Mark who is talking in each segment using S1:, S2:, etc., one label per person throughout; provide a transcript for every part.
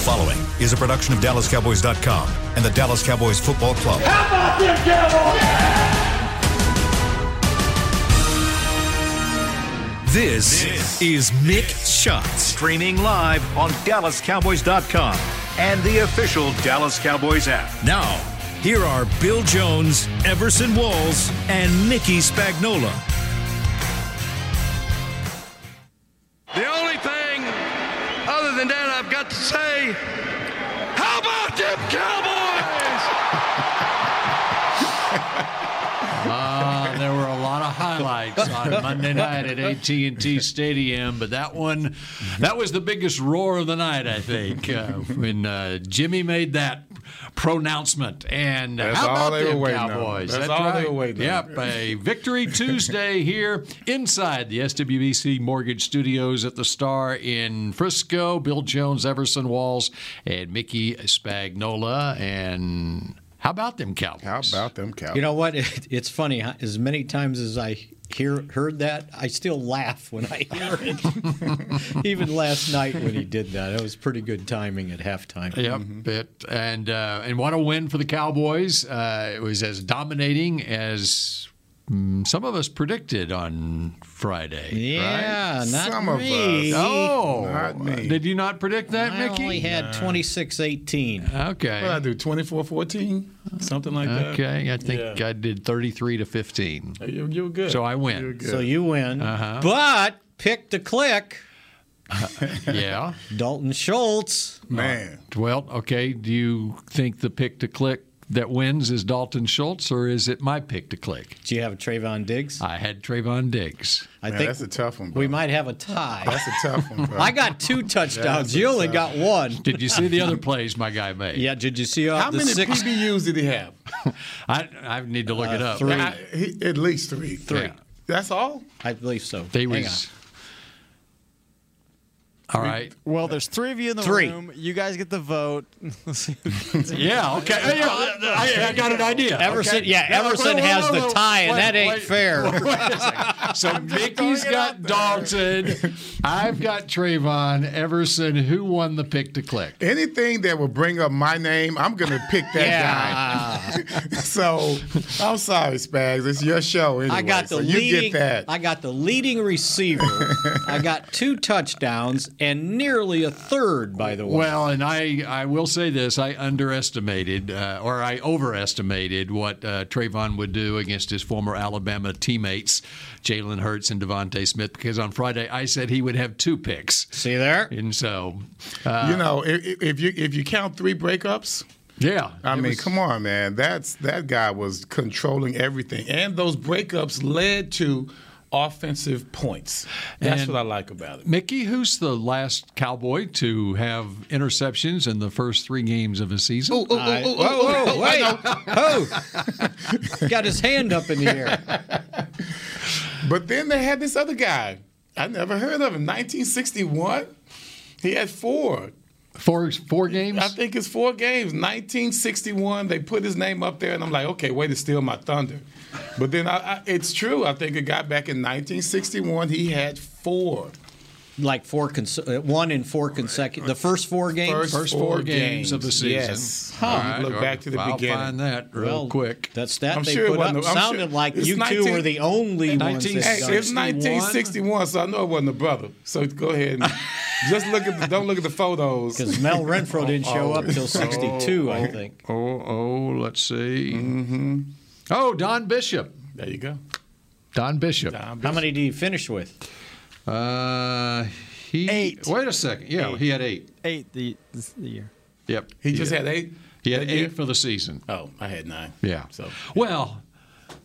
S1: following is a production of DallasCowboys.com and the Dallas Cowboys Football Club.
S2: How about this, Cowboys?
S3: This, is Mick Shots.
S1: Streaming live on DallasCowboys.com and the official Dallas Cowboys app.
S3: Now, here are Bill Jones, Everson Walls, and Mickey Spagnola.
S4: The only thing other than that I've got to say, how about them Cowboys?
S5: Uh, there were a lot of highlights on Monday night at AT&T Stadium, but that one, that was the biggest roar of the night, I think, uh, when uh, Jimmy made that pronouncement. And
S6: That's
S5: how
S6: all
S5: about
S6: they were
S5: them
S6: waiting on.
S5: Cowboys?
S6: That's all they were waiting on.
S5: Yep, a victory Tuesday here inside the SWBC Mortgage Studios at the Star in Frisco. Bill Jones, Everson Walls, and Mickey Spagnola, and. How about them Cowboys?
S6: How about them Cowboys?
S7: You know what? It, it's funny. huh? As many times as I hear heard that, I still laugh when I hear it. Even last night when he did that, that was pretty good timing at halftime.
S5: Yep.
S6: Mm-hmm.
S5: It, and uh, and what a win for the Cowboys. Uh, it was as dominating as mm, some of us predicted on Friday.
S7: Yeah, not
S6: Some of
S7: me.
S6: us.
S5: Oh,
S6: Not me.
S5: did you not predict that,
S7: I
S5: Mickey?
S7: only had 26-18.
S5: okay.
S6: what I do, 24 14? Something like that?
S5: okay. I think
S6: Yeah. Uh,
S5: I did 33 to 15.
S6: You, you were good.
S5: So I win.
S6: You were good.
S7: So you win.
S5: Uh-huh.
S7: But pick to click.
S5: Yeah.
S7: Dalton Schultz.
S6: Man.
S5: Well, okay. Do you think the pick to click that wins is Dalton Schultz or is it my pick to click?
S7: Do you have Trayvon Diggs?
S5: I had Trayvon Diggs.
S7: I
S6: Man,
S7: think
S6: that's a tough one, bro.
S7: we might have a tie.
S6: That's a tough one, bro.
S7: I got two touchdowns.
S6: That's
S7: You only
S6: a-
S7: got one.
S5: Did you see the other plays my guy made?
S7: Yeah, did you see all
S6: How
S7: the
S6: many
S7: six
S6: PBUs did he have?
S5: I, I need to look it up.
S7: three.
S6: I, he, at least three. Three.
S5: Yeah.
S6: That's all?
S7: I believe so.
S5: They
S7: Hang
S5: was.
S7: on.
S5: All right.
S8: Well, there's three of you in the
S7: Three.
S8: room. You guys get the vote.
S5: Yeah. Okay. Yeah, yeah, I, I got an idea.
S7: Everson,
S5: Okay.
S7: yeah,
S5: wait,
S7: Everson
S5: wait,
S7: has
S5: wait,
S7: the
S5: wait,
S7: tie, and
S5: wait,
S7: that ain't
S5: wait.
S7: fair.
S5: So Mickey's
S8: throwing
S5: got
S8: it
S5: Dalton. I've got Trayvon Everson. Who won the pick to click?
S6: Anything that will bring up my name, I'm going to pick that guy. so I'm sorry, Spags. It's your show anyway.
S7: I got the
S6: so you
S7: leading.
S6: get that.
S7: I got the leading receiver. I got two touchdowns and nearly a third. By the way,
S5: Well, and I, I will say this: I underestimated, uh, or I overestimated, what uh, Trayvon would do against his former Alabama teammates, Jalen Hurts and Devontae Smith, because on Friday I said he would have two picks,
S7: see there.
S5: and so
S6: you know, if, if you if you count three breakups,
S5: yeah,
S6: I
S5: it
S6: mean,
S5: was-
S6: come on, man. That's that guy was controlling everything, and those breakups led to offensive points. That's
S5: And-
S6: what I like about it.
S5: Mickey, who's the last Cowboy to have interceptions in the first three games of a season?
S6: Ooh, ooh,
S7: I-
S6: ooh, ooh,
S7: whoa,
S6: ooh,
S7: whoa,
S6: ooh,
S7: wait.
S6: I know.
S7: Oh. got his hand up in the air.
S6: But then they had this other guy. I never heard of him. 1961. He had four.
S5: Four four games.
S6: I think it's four games. 1961. They put his name up there, and I'm like, okay, way to steal my thunder. But then I, I, it's true. I think a guy back in 1961, he had four.
S7: Like four, cons- uh, one in four consecutive. The first four games.
S5: First four games of the season.
S6: Yes.
S5: All
S6: You Look
S5: right,
S6: back to the
S5: I'll
S6: beginning.
S5: find that real
S7: Well,
S5: quick.
S7: That's that
S6: I'm
S7: they
S6: sure it
S7: put up.
S6: wasn't- I'm
S7: sounded
S6: sure-
S7: like
S6: it's
S7: you
S6: 19
S7: two were the only ones that
S6: Hey,
S7: got
S6: it's
S5: 1961?
S6: 1961, so I know it wasn't a brother. So go ahead and just look at the, don't look at the photos.
S7: Because Mel Renfro didn't show up till 62, I think.
S5: Oh, oh, let's see. Mm-hmm. Oh, Don Bishop.
S6: There you go.
S5: Don Bishop.
S7: How many do you finish with?
S5: Uh, he
S8: Eight.
S5: Wait a second. Yeah, he had eight.
S8: Eight the, this, the year.
S5: Yep.
S6: He just had eight.
S5: He had
S6: that
S5: eight
S6: year?
S5: for the season.
S6: Oh, I had nine.
S5: Yeah.
S6: So
S5: Well,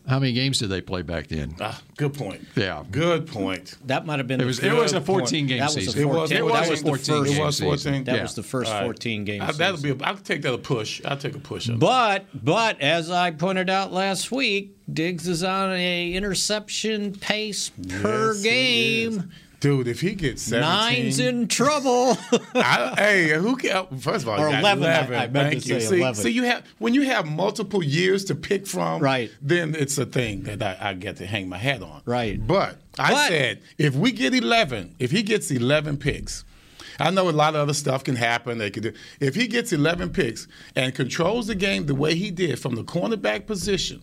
S5: how many games did they play back then?
S6: ah, good point.
S5: Yeah.
S6: Good point.
S7: That might have been
S5: It
S7: the
S5: was it
S7: first-
S5: was a
S6: Good point.
S5: 14 game
S7: That was a
S5: season.
S6: It was.
S7: 14.
S6: It
S7: Well,
S6: was,
S7: that was the
S5: 14
S7: first-
S6: It was
S5: game season.
S6: fourteen.
S7: That
S5: Yeah.
S7: was the first 14 game.
S6: I, Uh, that'll
S7: season.
S6: be. A, I'll take that a push. I'll take a push. up.
S7: but but as I pointed out last week, Diggs is on a interception pace per
S6: Yes, he is.
S7: game.
S6: dude, if he gets seventeen,
S7: Nine's in trouble.
S6: I, hey, who ca- oh, First of all,
S7: Or
S6: you got
S7: 11, I-
S6: 11.
S7: I meant
S6: Thank
S7: to
S6: you.
S7: say
S6: see,
S7: 11.
S6: see, you have when you have multiple years to pick from,
S7: Right.
S6: Then it's a thing that I, I get to hang my hat on,
S7: Right.
S6: But I
S7: But-
S6: said if we get eleven, if he gets eleven picks, I know a lot of other stuff can happen. They could do. If he gets 11 picks and controls the game the way he did from the cornerback position,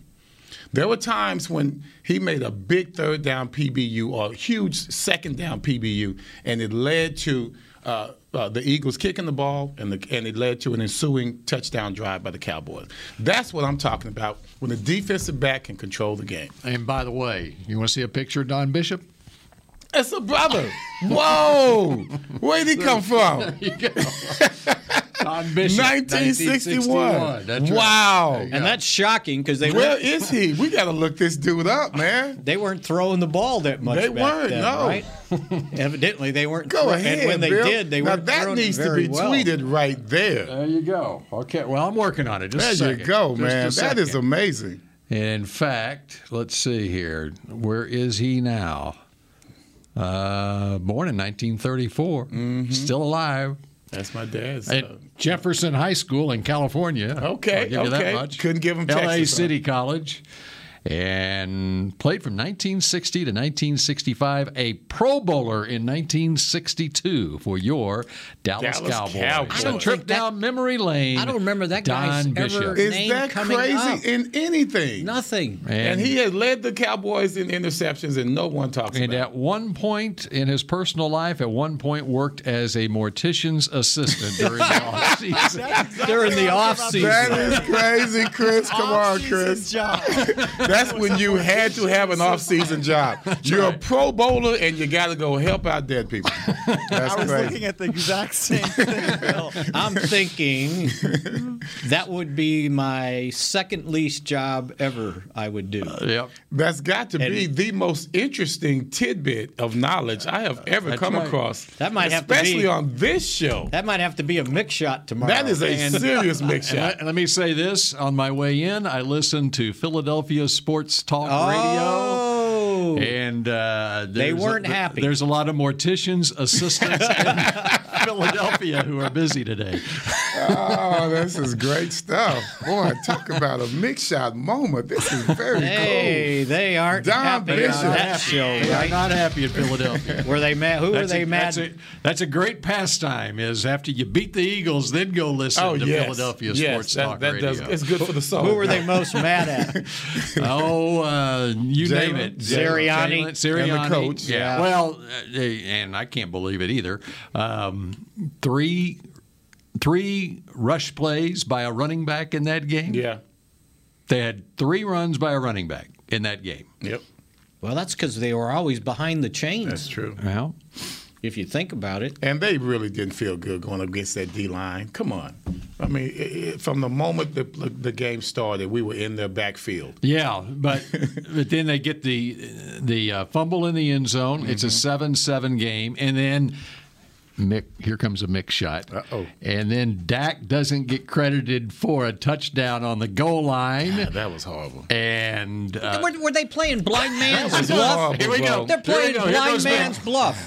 S6: there were times when he made a big third down PBU or a huge second down PBU, and it led to uh, uh, the Eagles kicking the ball, and, the, and it led to an ensuing touchdown drive by the Cowboys. That's what I'm talking about when the defensive back can control the game.
S5: And by the way, you want to see a picture of Don Bishop?
S6: It's a brother. Whoa! Where'd he come from?
S5: Don Bishop.
S6: 1961.
S5: 1961, that's right.
S6: Wow.
S7: And that's shocking because they
S6: Where
S7: weren't,
S6: is he? We got to look this dude up, man.
S7: they weren't throwing the ball that much.
S6: They weren't,
S7: back then,
S6: no.
S7: Right? Evidently, they weren't.
S6: Go
S7: throw-
S6: ahead.
S7: And when they
S6: Bill.
S7: did, they
S6: now
S7: weren't.
S6: that
S7: throwing it
S6: needs to
S7: very
S6: be
S7: well.
S6: tweeted right there.
S5: There you go. Okay. Well, I'm working on it. Just
S6: There
S5: a
S6: you
S5: second.
S6: go,
S5: Just
S6: man.
S5: a
S6: That is
S5: second.
S6: amazing.
S5: In fact, let's see here. Where is he now? Uh, born in 1934,
S6: Mm-hmm.
S5: still alive
S6: That's my dad's.
S5: at Jefferson High School in California.
S6: Okay,
S5: I'll give you
S6: okay.
S5: that much.
S6: Couldn't give him
S5: L.A.
S6: Texas, huh?
S5: City College, and played from 1960 to 1965. A Pro Bowler in 1962 for your Dallas,
S6: Dallas
S5: Cowboys.
S6: Cowboys. I don't
S5: A trip
S7: think that-
S5: down memory lane.
S7: I don't remember that guy's
S5: Don
S7: ever-
S5: Bishop.
S7: It-
S6: is
S7: name
S6: that
S7: coming
S6: crazy
S7: up.
S6: in anything?
S7: Nothing.
S6: And he has led the Cowboys in interceptions, and no one talks
S5: And
S6: about.
S5: at one point in his personal life, at one point worked as a mortician's assistant during the offseason.
S7: During the off
S6: it. That
S7: season.
S6: is crazy, Chris. Come on, Chris.
S1: job.
S6: That's when you had to have an off-season job. You're a Pro Bowler, and you got to go help out dead people. That's
S1: I was
S6: crazy.
S1: looking at the exact same thing. Bill.
S7: I'm thinking that would be my second least job ever. I would do.
S5: Yep.
S6: That's got to be the most interesting tidbit of knowledge I have ever
S5: That's
S6: come
S5: right.
S6: across.
S7: That might have to
S6: especially
S7: be-
S6: on this show.
S7: That might have to be a mix shot tomorrow.
S6: That is a
S7: And
S6: serious mix
S5: And
S6: shot.
S5: let, let me say this on my way in, I listened to Philadelphia Sports Talk
S7: Oh.
S5: Radio. And uh,
S7: They
S5: there's a-
S7: weren't happy.
S5: There's a lot of morticians, assistants in Philadelphia who are busy today.
S6: Oh, this is great stuff. Boy, talk about a mix shot moment. This is very
S7: Hey, they aren't
S6: Don
S7: happy
S6: Bishop.
S7: on that show,
S5: They are
S7: right?
S5: not happy in Philadophia.
S7: Were they mad? Who were
S5: That's
S7: they
S5: a,
S7: mad?
S5: That's a, that's a great pastime. Is after you beat the Eagles, then go listen
S6: Oh,
S5: to
S6: yes.
S5: Philadelphia
S6: yes,
S5: sports
S6: that,
S5: talk
S6: that
S5: radio.
S6: Does, it's good for the soul.
S7: who were they most mad at?
S5: oh, uh, you
S6: Jalen-
S5: name it. Jalen-
S7: Jalen-
S6: Jalen
S5: Sirianni.
S6: and the coach.
S5: Yeah.
S7: Yeah.
S5: Well, uh, they- and I can't believe it either. Um, three, three rush plays by a running back in that game.
S6: Yeah.
S5: They had three runs by a running back in that game.
S6: Yep.
S7: Well, that's because they were always behind the chains.
S6: That's true.
S5: Well,
S7: If you think about it,
S6: And they really didn't feel good going up against that D line. Come on. I mean, it, it, from the moment the, the game started, we were in their backfield.
S5: Yeah, but but then they get the the uh, fumble in the end zone. It's a
S6: Mm-hmm.
S5: seven-seven game, and then Mick here comes a Mick shot.
S6: Uh-oh.
S5: And then Dak doesn't get credited for a touchdown on the goal line,
S6: That was horrible.
S5: and uh,
S7: were, were they playing blind man's
S6: was
S7: bluff?
S6: horrible, Here we go. bro.
S7: They're
S5: Here we
S7: playing
S5: go. Here
S7: blind
S5: goes Mick.
S7: man's bluff.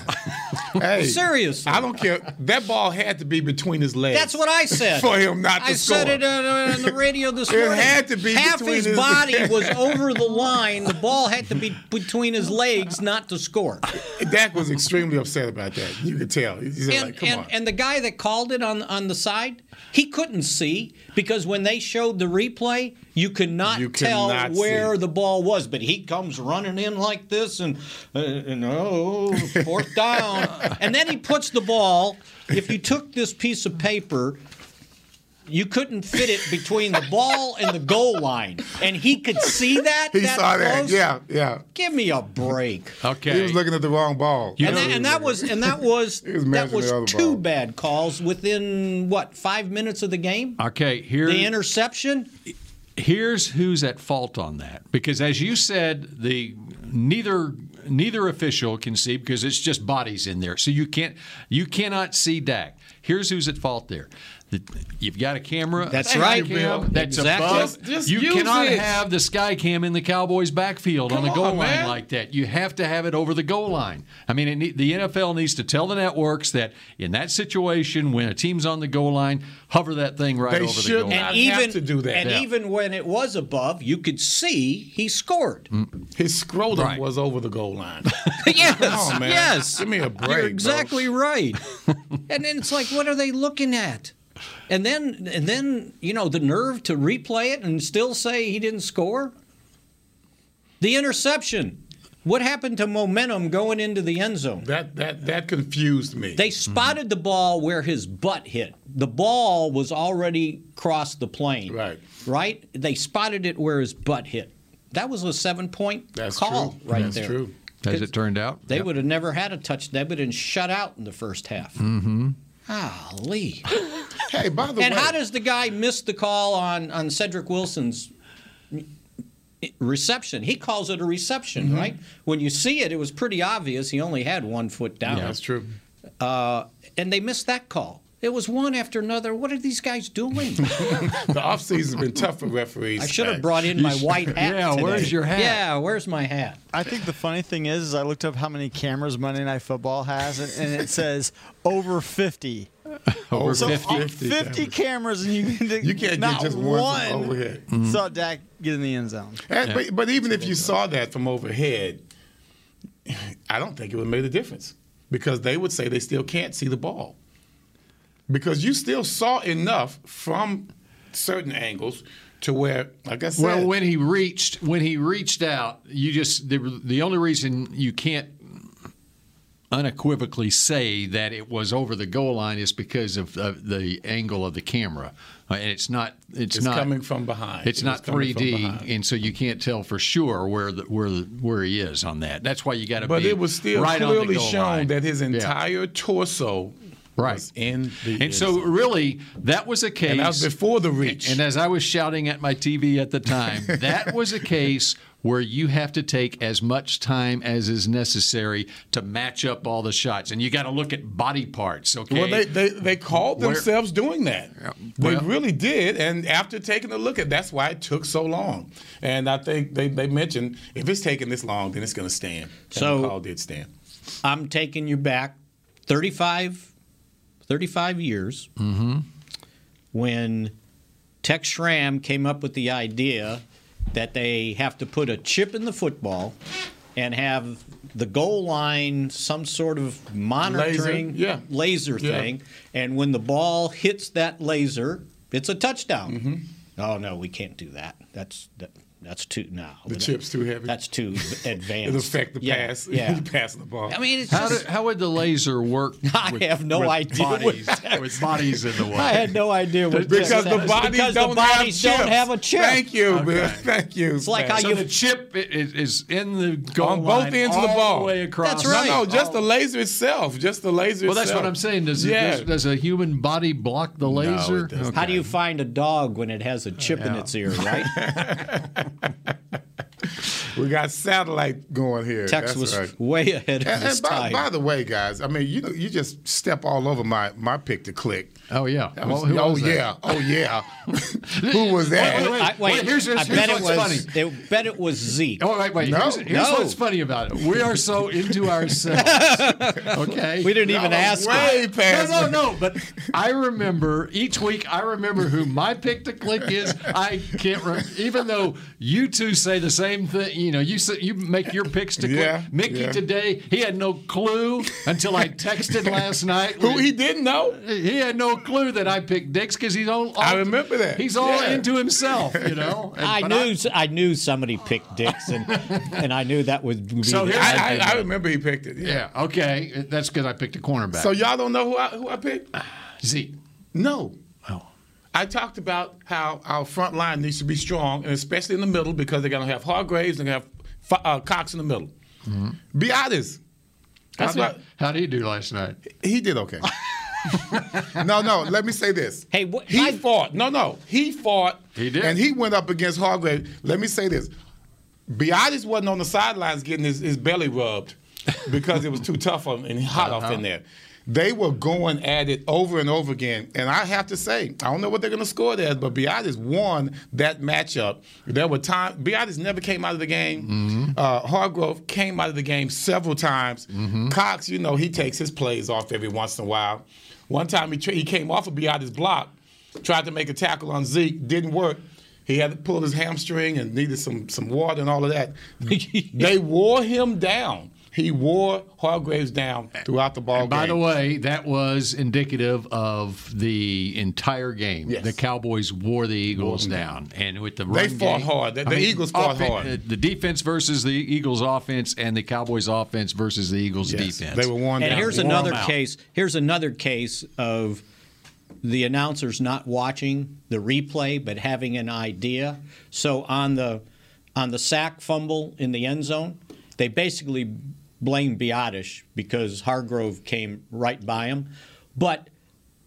S6: Hey,
S7: Seriously.
S6: I don't care. That ball had to be between his legs.
S7: That's what I said.
S6: For him not to
S7: I said
S6: score.
S7: it on, on the radio this
S6: It
S7: morning.
S6: had to be
S7: Half
S6: between
S7: his,
S6: his-
S7: body was over the line. The ball had to be between his legs not to score.
S6: Dak was extremely upset about that. You could tell. He's
S7: And,
S6: like, "Come
S7: and,
S6: on."
S7: and the guy that called it on, on the side, he couldn't see because when they showed the replay, you could not
S6: You
S7: tell
S6: cannot
S7: where
S6: see.
S7: the ball was. But he comes running in like this and, uh, and oh, fourth down. and then he puts the ball. If you took this piece of paper, you couldn't fit it between the ball and the goal line. And he could see that.
S6: he
S7: that
S6: saw that.
S7: close?
S6: Yeah, yeah.
S7: Give me a break.
S5: okay,
S6: He was looking at the wrong ball.
S7: And that, and that was and that was
S6: was
S7: that
S6: measuring
S7: was
S6: the other
S7: two
S6: ball.
S7: bad calls within what five minutes of the game.
S5: okay. Here
S7: The interception.
S5: here's who's at fault on that because as you said the neither neither official can see because it's just bodies in there so you can't you cannot see Dak Here's who's at fault there. The- You've got a camera. a
S7: That's
S5: sky
S7: right,
S5: cam,
S7: Bill.
S5: That's
S7: Exactly.
S5: a bug.
S7: Just-
S9: just
S5: you
S9: use
S5: cannot
S9: it.
S5: have the sky cam in the Cowboys' backfield on
S9: Come
S5: the goal
S9: on,
S5: line
S9: man.
S5: like that. You have to have it over the goal line. I mean, it need, the NFL needs to tell the networks that in that situation, when a team's on the goal line, hover that thing right
S9: They
S5: over the
S9: should
S5: goal line.
S7: And
S9: not I Oh, have
S7: even
S9: to do that.
S7: and
S5: Yeah.
S7: even when it was above, you could see he scored.
S9: Mm. His scrotum
S5: Right.
S9: was over the goal line.
S7: yes,
S9: Come on, man.
S7: yes.
S9: Give me a break, bro.
S7: You're exactly right. and then it's like, what are they looking at? And then, and then you know, the nerve to replay it and still say he didn't score. The interception. What happened to momentum going into the end zone?
S9: that that that confused me.
S7: They spotted the ball where his butt hit. The ball was already crossed the plane.
S9: Right.
S7: Right? They spotted it where his butt hit. That was a seven point
S9: That's
S7: call
S9: true.
S7: right
S9: That's
S7: there.
S9: true.
S5: As it turned out,
S7: They
S5: Yep.
S7: would have never had a touch. They would have been shut out in the first half. Mm-hmm. Golly.
S9: Hey, by the
S7: and
S9: way,
S7: how does the guy miss the call on, on Cedric Wilson's reception? He calls it a reception,
S9: Mm-hmm.
S7: right? When you see it, it was pretty obvious he only had one foot down.
S9: that's true.
S7: and they missed that call. It was one after another. What are these guys doing?
S9: The offseason's been tough for referees.
S7: I should have
S9: Mac.
S7: brought in my white hat.
S5: Yeah,
S7: today.
S5: where's your hat?
S7: Yeah, where's my hat?
S8: I think the funny thing is, is I looked up how many cameras Monday Night Football has, and, and it says over 50.
S5: over
S8: So
S5: 50.
S8: all 50, cameras, and you, can
S9: You can't
S8: not
S9: get just one,
S8: one
S9: from overhead.
S8: saw Dak get in the end zone.
S9: And- but, but even if you saw that from overhead, I don't think it would have made a difference because they would say they still can't see the ball because you still saw enough from certain angles to where, like I said,
S5: Well, when he reached, when he reached out, you just the, the only reason you can't unequivocally say that it was over the goal line is because of, of the angle of the camera, Uh, and it's not. It's,
S9: It's
S5: not
S9: coming from behind.
S5: It's
S9: It was
S5: not
S9: coming
S5: three
S9: from
S5: D,
S9: behind.
S5: and so you can't tell for sure where the, where the, where he is on that. That's why you got to.
S9: but
S5: be
S9: it was still
S5: right on the
S9: clearly
S5: goal
S9: shown
S5: line.
S9: that his
S5: Yeah.
S9: entire torso
S5: Right.
S9: was in the
S5: And
S9: end
S5: so,
S9: zone.
S5: really, that was a case.
S9: and that was before the reach.
S5: And as I was shouting at my TV at the time, that was a case where you have to take as much time as is necessary to match up all the shots, and you got to look at body parts. Okay.
S9: Well, they, they, they called
S5: Where-
S9: themselves doing that.
S5: Well-
S9: they really did. And after taking a look at that's why it took so long. And I think they, they mentioned if it's taking this long, then it's going to stand. And
S7: So-
S9: the call did stand.
S7: I'm taking you back 35, 35 years
S9: Mm-hmm.
S7: when Tech Schramm came up with the idea that they have to put a chip in the football and have the goal line some sort of monitoring
S9: yeah.
S7: laser
S9: Yeah.
S7: thing. And when the ball hits that laser, it's a touchdown.
S9: Mm-hmm.
S7: Oh, no, we can't do that. That's. That, that's too now.
S9: The chip's too heavy.
S7: That's too advanced.
S9: It'll affect the
S7: Yeah,
S9: pass.
S7: Yeah.
S9: passing the ball.
S7: I mean, it's
S5: how,
S7: just,
S5: do- how would the laser work?
S7: I
S5: with-
S7: have no
S5: with
S7: idea what
S5: Bodies, with bodies in the way.
S7: I had no idea what
S9: because
S7: this
S9: the
S7: is.
S9: bodies,
S7: because
S9: don't,
S7: the bodies
S9: have
S7: don't
S9: chips.
S7: have a chip.
S9: Thank you, Bill. Thank you. It's
S7: like I-
S5: So the chip i- i- is in the goal
S9: On both
S5: line
S9: ends of the
S5: all
S9: ball.
S5: way across.
S7: That's right.
S9: No, no, just the laser itself. Just the laser
S5: Oh. Well, that's
S9: itself.
S5: what I'm saying. Does,
S9: Yeah.
S5: does, does a human body block the
S9: it
S5: laser?
S9: doesn't.
S5: Okay.
S7: How do you find a dog when it
S9: Oh,
S7: has a chip in its ear, right?
S9: We got satellite going here.
S7: Tex
S9: That's
S7: was
S9: right.
S7: way ahead of
S9: And,
S7: his
S9: and by,
S7: time.
S9: by the way, guys, I mean you you just step all over my my pick to click.
S5: Oh yeah.
S9: That
S5: Well,
S9: was-
S5: who
S9: oh
S5: was that?
S9: yeah, oh yeah. who was that?
S5: Wait, wait,
S7: I, wait,
S5: here's- here's-
S7: I
S5: here's
S7: bet it
S5: what's
S7: was.
S5: funny.
S7: I bet it was Zeke.
S5: Oh, wait, wait.
S9: No.
S5: here's here's
S7: No.
S5: what's funny about it. We are so into ourselves. Okay.
S7: we didn't e- even
S9: Y'all are
S7: ask.
S9: way
S7: him.
S5: No,
S9: past.
S5: no, no. But I remember each week. I remember who my pick to click is. I can't remember. Even though you two say the same thing, you know, you say, you make your picks to click.
S9: Yeah,
S5: Mickey
S9: yeah.
S5: today, he had no clue until I texted last night.
S9: Who he didn't know?
S5: He had no clue that I picked Dix because he's all, all.
S9: I remember that.
S5: He's all
S9: Yeah.
S5: into himself, you know. And-
S7: I
S5: but
S7: knew. I, knew somebody picked Dixon, and I knew that would be.
S5: So
S7: the-
S5: here's-
S9: I, I, I remember he picked it. Yeah.
S5: Yeah. Okay. That's because I picked a cornerback.
S9: So y'all don't know who I who I picked?
S5: Zeke.
S9: No.
S5: Oh.
S9: I talked about how our front line needs to be strong, and especially in the middle, because they're going to have Hargraves and they're going to have uh, Cox in the middle. Be honest. That's
S5: How
S9: what
S5: did, how did he do last night?
S9: He did okay. no, no. Let me say this.
S7: Hey, what-
S9: he
S7: I-
S9: fought. No, no. He fought.
S5: He did.
S9: And he went up against Hargrave. Let me say this. Biotis wasn't on the sidelines getting his, his belly rubbed. because it was too tough on, and hot off in there. They were going at it over and over again. And I have to say, I don't know what they're going to score there, but Biotis won that matchup. There were times, Biotis never came out of the game. Uh, Hargrove came out of the game several times. Cox, you know, he takes his plays off every once in a while. One time he, tra- he came off of Biotis' block, tried to make a tackle on Zeke, didn't work. He had to pull his hamstring and needed some some water and all of that. they wore him down. He wore Hargraves down throughout the ball
S5: By
S9: game.
S5: the way, that was indicative of the entire game.
S9: Yes.
S5: The Cowboys wore the Eagles down, and with the run
S9: fought
S5: game-
S9: hard. The- the Eagles fought
S5: offen-
S9: hard.
S5: uh, The defense versus the Eagles' offense, and the Cowboys' offense versus the Eagles'
S9: Yes,
S5: defense.
S9: they were worn
S7: And
S9: down.
S7: here's
S5: Warm
S7: another
S5: out.
S7: case. Here's another case of the announcers not watching the replay but having an idea. So on the on the sack fumble in the end zone, they basically blame Biotish because Hargrove came right by him. But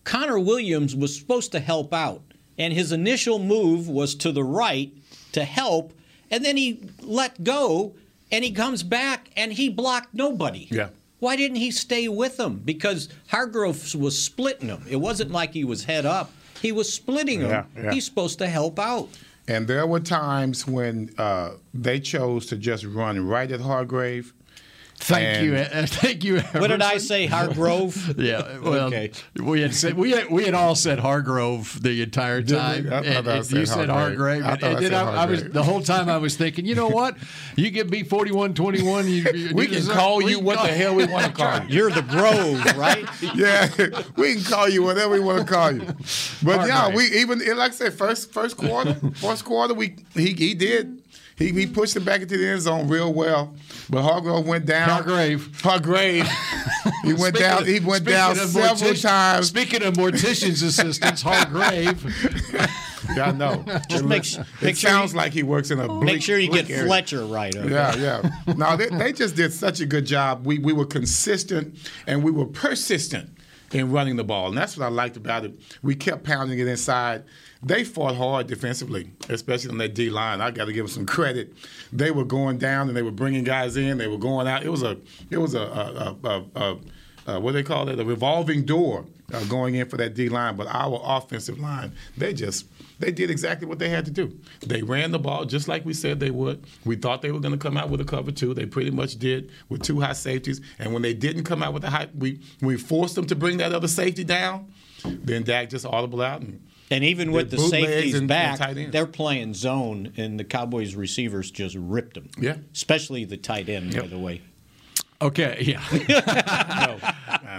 S7: Connor Williams was supposed to help out, and his initial move was to the right to help, and then he let go, and he comes back and he blocked nobody.
S9: Yeah.
S7: Why didn't he stay with them? Because Hargrove was splitting them. It wasn't like he was head up. He was splitting them.
S9: Yeah, yeah.
S7: He's supposed to help out.
S9: And there were times when uh, they chose to just run right at Hargrave.
S5: Thank
S9: And-
S5: you, uh, thank you.
S7: What did I
S5: Everson.
S7: say, Hargrove?
S5: Yeah, well,
S7: Okay.
S5: we had said we had, we had all said Hargrove the entire
S9: Did we?
S5: time.
S9: I thought
S5: and,
S9: I
S5: and
S9: said
S5: you said
S9: Hargrave.
S5: Hargrave,
S9: I
S5: and,
S9: thought I
S5: and then
S9: said
S5: I, I was
S9: Hargrave.
S5: the whole time I was thinking, you know what? You can be 41-21. You, you
S9: We can
S5: deserve-
S9: call
S5: we
S9: you
S5: can
S9: what the
S5: call-
S9: hell we want to call you.
S7: You're the Grove, right?
S9: yeah, we can call you whatever we want to call you. But yeah,
S5: Hargrave.
S9: we even like I said, first first quarter, first quarter, we he he did. He, he pushed it back into the end zone real well, but Hargrove went down.
S5: Hargrave.
S9: Hargrave. He went
S5: Speaking
S9: down.
S5: of-
S9: he went
S5: speaking
S9: down
S5: of
S9: several
S5: mortician-
S9: times.
S5: Speaking of mortician's assistants, Hargrave.
S9: Yeah, I know. It,
S7: Just make,
S9: looks-
S7: su-
S9: it
S7: make sure
S9: sounds
S7: you,
S9: like he works in a bleak,
S7: make sure you get
S9: bleak area.
S7: Fletcher right. Okay?
S9: Yeah, yeah. No, they, they just did such a good job. We we were consistent and we were persistent in running the ball, and that's what I liked about it. We kept pounding it inside. They fought hard defensively, especially on that D line. I got to give them some credit. They were going down and they were bringing guys in. They were going out. It was a it was a, a, a, a, a, a what do they call it a revolving door uh, going in for that D line. But our offensive line, they just they did exactly what they had to do. They ran the ball just like we said they would. We thought they were going to come out with a cover two. They pretty much did with two high safeties. And when they didn't come out with the high, we we forced them to bring that other safety down. Then Dak just audible out and
S7: And even with the
S9: They're bootlegs
S7: safeties
S9: and- and
S7: back,
S9: tight ends.
S7: they're playing zone, and the Cowboys receivers just ripped them.
S9: Yeah.
S7: Especially the tight end, by the way.
S5: Okay, yeah.
S9: I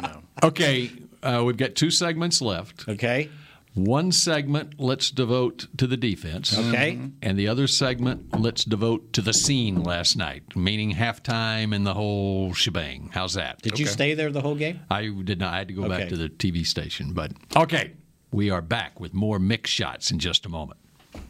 S9: know.
S5: Okay, uh, we've got two segments left.
S7: Okay.
S5: One segment let's devote to the defense.
S7: Okay.
S5: And the other segment let's devote to the scene last night, meaning halftime and the whole shebang. How's that?
S7: Did you stay there the whole game?
S5: I did not. I had to go back
S7: Okay.
S5: to the TV station. But okay, we are back with more mix shots in just a moment.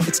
S10: It's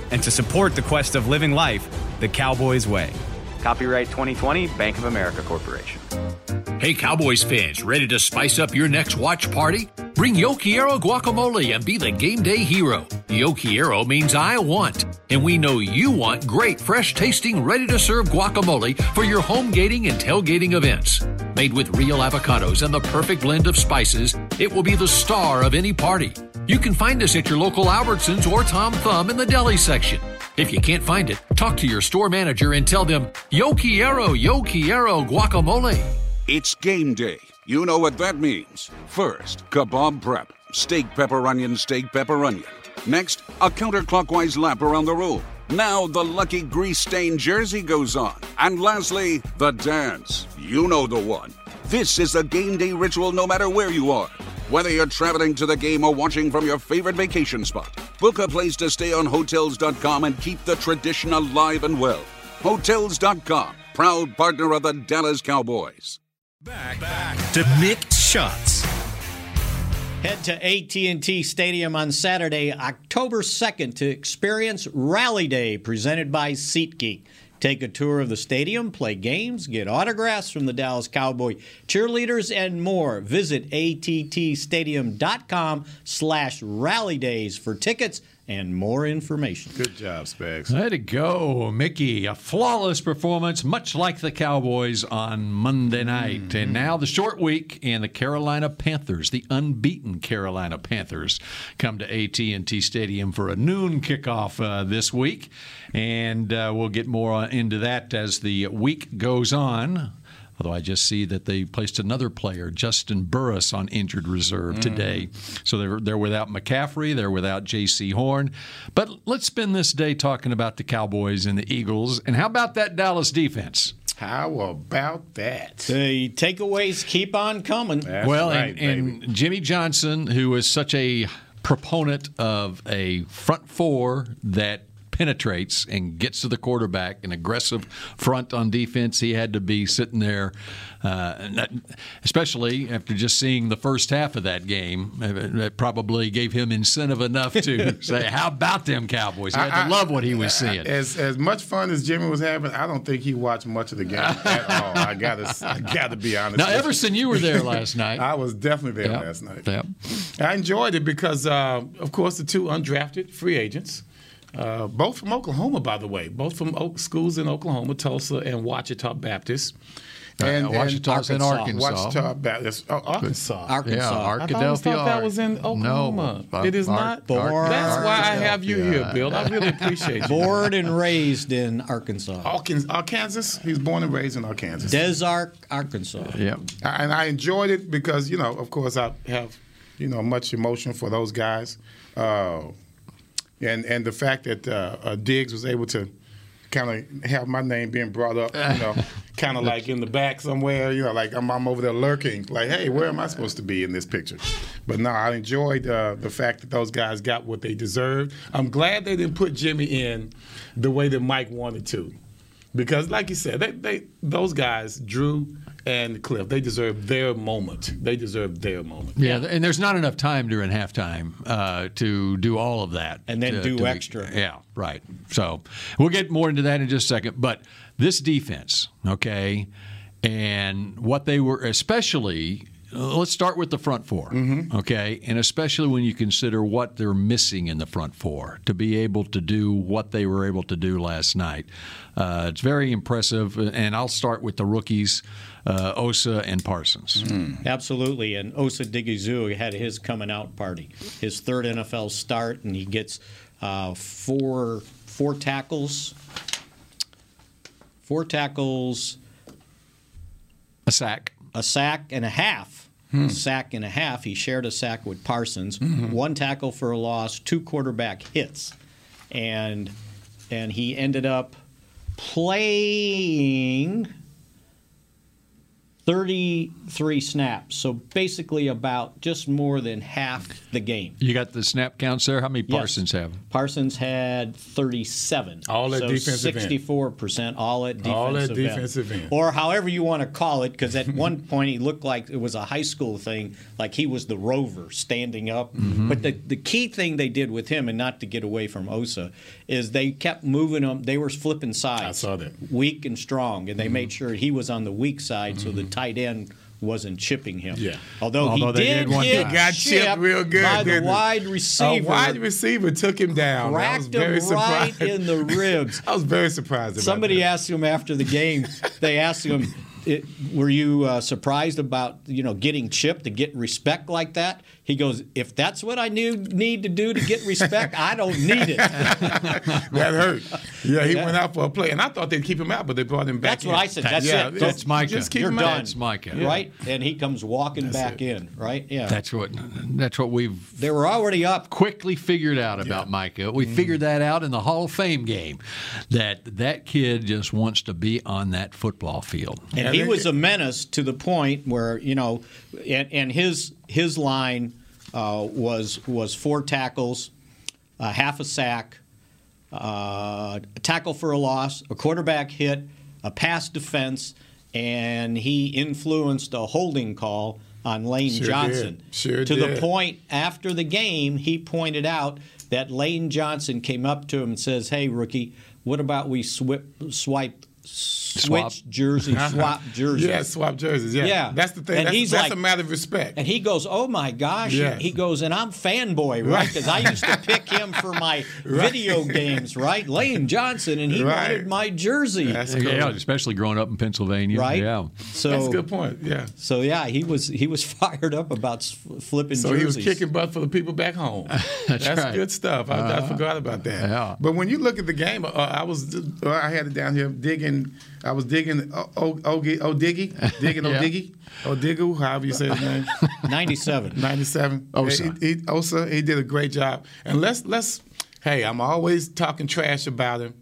S1: and to support the quest of living life the Cowboys Way. Copyright 2020, Bank of America Corporation.
S5: Hey, Cowboys fans, ready to spice up your next watch party? Bring Yo Quiero guacamole and be the game day hero. Yo Quiero means I want, and we know you want great, fresh tasting, ready to serve guacamole for your home gating and tailgating events. Made with real avocados and the perfect blend of spices, it will be the star of any party. You can find us at your local Albertsons or Tom Thumb in the deli section. If you can't find it, talk to your store manager and tell them, Yo Quiero, Yo Quiero guacamole.
S11: It's game day. You know what that means. First, kebab prep. Steak, pepper, onion, steak, pepper, onion. Next, a counterclockwise lap around the room. Now the lucky grease stained jersey goes on. And lastly, the dance. You know the one. This is a game day ritual no matter where you are. Whether you're traveling to the game or watching from your favorite vacation spot, book a place to stay on Hotels.com and keep the tradition alive and well. Hotels.com, proud partner of the Dallas Cowboys.
S3: To Nick Shots.
S7: Head to AT&T Stadium on Saturday, October 2nd to experience Rally Day presented by SeatGeek. Take a tour of the stadium, play games, get autographs from the Dallas Cowboy cheerleaders, and more. Visit attstadium.com slash rally days for tickets and more information.
S9: Good job, Spags.
S5: There to go, Mickey. A flawless performance, much like the Cowboys on Monday night. And now the short week, and the Carolina Panthers, the unbeaten Carolina Panthers, come to AT&T Stadium for a noon kickoff uh, this week. And uh, we'll get more into that as the week goes on. Although I just see that they placed another player, Justin Burris, on injured reserve today. So they're, they're without McCaffrey, they're without J.C. Horn. But let's spend this day talking about the Cowboys and the Eagles. And how about that Dallas defense?
S9: How about that?
S7: The takeaways keep on coming.
S5: well, and, and Jimmy Johnson, who is such a proponent of a front four that penetrates and gets to the quarterback, an aggressive front on defense, he had to be sitting there, uh, and that- especially after just seeing the first half of that game. uh, That probably gave him incentive enough to say, "How about them Cowboys?" He had to love what he was seeing.
S9: As as much fun as Jimmy was having, I don't think he watched much of the game at all. I gotta I gotta be honest.
S5: Now,
S9: with you.
S5: Everson, you were there last night.
S9: I was definitely there
S5: Yep,
S9: last night.
S5: yep.
S9: I enjoyed it because, uh, of course, the two undrafted free agents, uh, both from Oklahoma, by the way, both from o- schools in Oklahoma, Tulsa and Wachita Baptist.
S5: Uh, Wachita's in Arkansas.
S9: Wachita Baptist, oh, Arkansas.
S5: Arkansas. Yeah,
S9: I always thought that
S5: Arkadelphia,
S9: was in
S5: Ar-
S9: Oklahoma.
S5: no,
S9: it is
S5: Ar-
S9: not.
S5: Ar-
S9: That's why I
S5: Arkadelphia.
S9: have you here, Bill. I really appreciate you.
S7: Born and raised in
S6: Oh.
S7: Arkansas.
S9: Arkansas, Arkansas. He was born and raised in Arkansas.
S7: Desark, Arkansas.
S5: Yep.
S9: And I enjoyed it because you know, of course, I have you know much emotion for those guys, uh, and and the fact that uh, uh, Diggs was able to kind of have my name being brought up, you know, kind of like in the back somewhere, you know, like I'm, I'm over there lurking, like, hey, where am I supposed to be in this picture? But no, I enjoyed uh, the fact that those guys got what they deserved. I'm glad they didn't put Jimmy in the way that Mike wanted to. Because, like you said, they, they those guys, Drew and Cliff, they deserve their moment. They deserve their moment.
S5: Yeah, and there's not enough time during halftime uh, to do all of that,
S7: And then
S5: To-
S7: do
S5: to-
S7: extra.
S5: Yeah, right. So we'll get more into that in just a second. But this defense, okay, and what they were, especially. uh, Let's start with the front 4
S7: Mm-hmm.
S5: okay? And especially when you consider what they're missing in the front four to be able to do what they were able to do last night. Uh, it's very impressive. And I'll start with the rookies, uh, Osa and Parsons.
S7: Absolutely, and Osa Digizua had his coming out party, his third NFL start, and he gets uh, four four tackles, four tackles,
S5: A sack. Hmm.
S7: a sack and a half. A sack and a half. He shared a sack with Parsons.
S5: Mm-hmm.
S7: One tackle for a loss, two quarterback hits, and and he ended up playing 33 snaps. So basically about just more than half the game.
S5: You got the snap counts there. How many
S7: Yes.
S5: Parsons have?
S7: Parsons had 37.
S9: All at
S7: so
S9: defensive end.
S7: 64% all at defensive
S9: All at
S7: end.
S9: defensive end.
S7: Or however you want to call it, because at one point he looked like it was a high school thing, like he was the rover standing up.
S9: Mm-hmm.
S7: But the, the key thing they did with him, and not to get away from Osa, is they kept moving him. They were flipping sides. I
S9: saw that.
S7: Weak and strong, and they
S9: Mm-hmm.
S7: made sure he was on the weak side so the tight end wasn't chipping him.
S9: Yeah.
S7: Although,
S5: Although
S7: he
S5: they
S7: did,
S5: did one
S7: get
S5: time.
S9: Got
S7: chipped,
S9: chipped real good.
S7: by the
S9: didn't it?
S7: wide
S9: A
S7: receiver.
S9: wide receiver took him down. I was
S7: Cracked
S9: very
S7: him right
S9: surprised.
S7: in the ribs.
S9: I was very surprised about
S7: Somebody
S9: that.
S7: asked him after the game. They asked him, it, were you uh, surprised about you know getting chipped to get respect like that? He goes, if that's what I knew, need to do to get respect, I don't need it.
S9: that hurt. Yeah, he went out for a play, and I thought they'd keep him out, but they brought him back.
S7: That's what I said. That's it.
S9: That's
S7: Micah.
S9: Just keep
S7: You're
S9: him
S7: done.
S9: out.
S7: Right, and he comes walking back in. Right. Yeah.
S5: That's what that's what we've
S7: they were already up
S5: quickly figured out about Micah.
S9: Mm-hmm.
S5: We figured that out in the Hall of Fame game that that kid just wants to be on that football field.
S7: And he was a menace to the point where you know, and, and his his line uh, was was four tackles, uh, half a sack, uh, a tackle for a loss, a quarterback hit, a pass defense, and he influenced a holding call on Lane
S9: Sure
S7: Johnson.
S9: did. Sure
S7: to
S9: did.
S7: the point after the game, he pointed out that Lane Johnson came up to him and says, "Hey, rookie, what about we swip, swipe?"
S9: Swap.
S7: Switch jersey, swap jerseys.
S9: Yeah, swap jerseys, yeah. That's the thing.
S7: And
S9: That's-
S7: he's
S9: that's
S7: like,
S9: a matter of respect.
S7: And he goes, "Oh my gosh!"
S9: Yeah.
S7: He goes, "And I'm fanboy, right?
S9: Right.
S7: Because I used to pick him for my
S5: Right.
S7: video games, right? Lane Johnson, and he
S5: Right.
S7: wanted my jersey.
S5: yeah, especially growing up in Pennsylvania.
S7: Right.
S5: Yeah.
S7: So So yeah, he was he was fired up about s- flipping.
S9: So he
S7: jerseys.
S9: was kicking butt for the people back home.
S7: That's right.
S9: good stuff. I, I
S7: Uh,
S9: forgot about that.
S7: yeah.
S9: But when you look at the game, uh, I was I had it down here digging. I was digging O- O- Ogi- Odiggy, digging
S7: Yeah.
S9: Odiggy, Odigu, however you say his name.
S7: Ninety-seven.
S9: Ninety-seven.
S7: Osa.
S9: He, he, Osa. He did a great job. And let's let's. Hey, I'm always talking trash about him.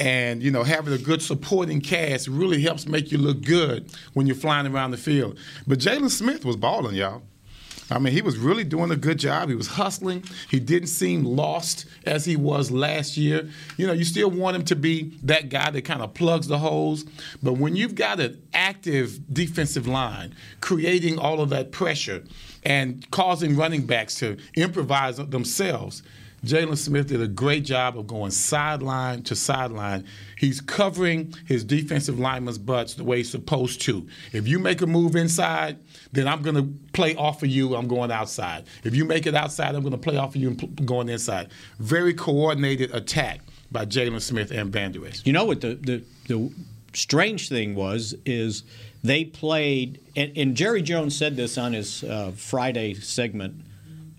S9: And you know, having a good supporting cast really helps make you look good when you're flying around the field. But Jalen Smith was balling, y'all. I mean, he was really doing a good job. He was hustling. He didn't seem lost as he was last year. You know, you still want him to be that guy that kind of plugs the holes. But when you've got an active defensive line creating all of that pressure and causing running backs to improvise themselves, Jalen Smith did a great job of going sideline to sideline. He's covering his defensive lineman's butts the way he's supposed to. If you make a move inside, then I'm going to play off of you. I'm going outside. If you make it outside, I'm going to play off of you and pl- going inside. Very coordinated attack by Jalen Smith and Vanderwest.
S7: You know what the, the the strange thing was is they played, and, and Jerry Jones said this on his uh, Friday segment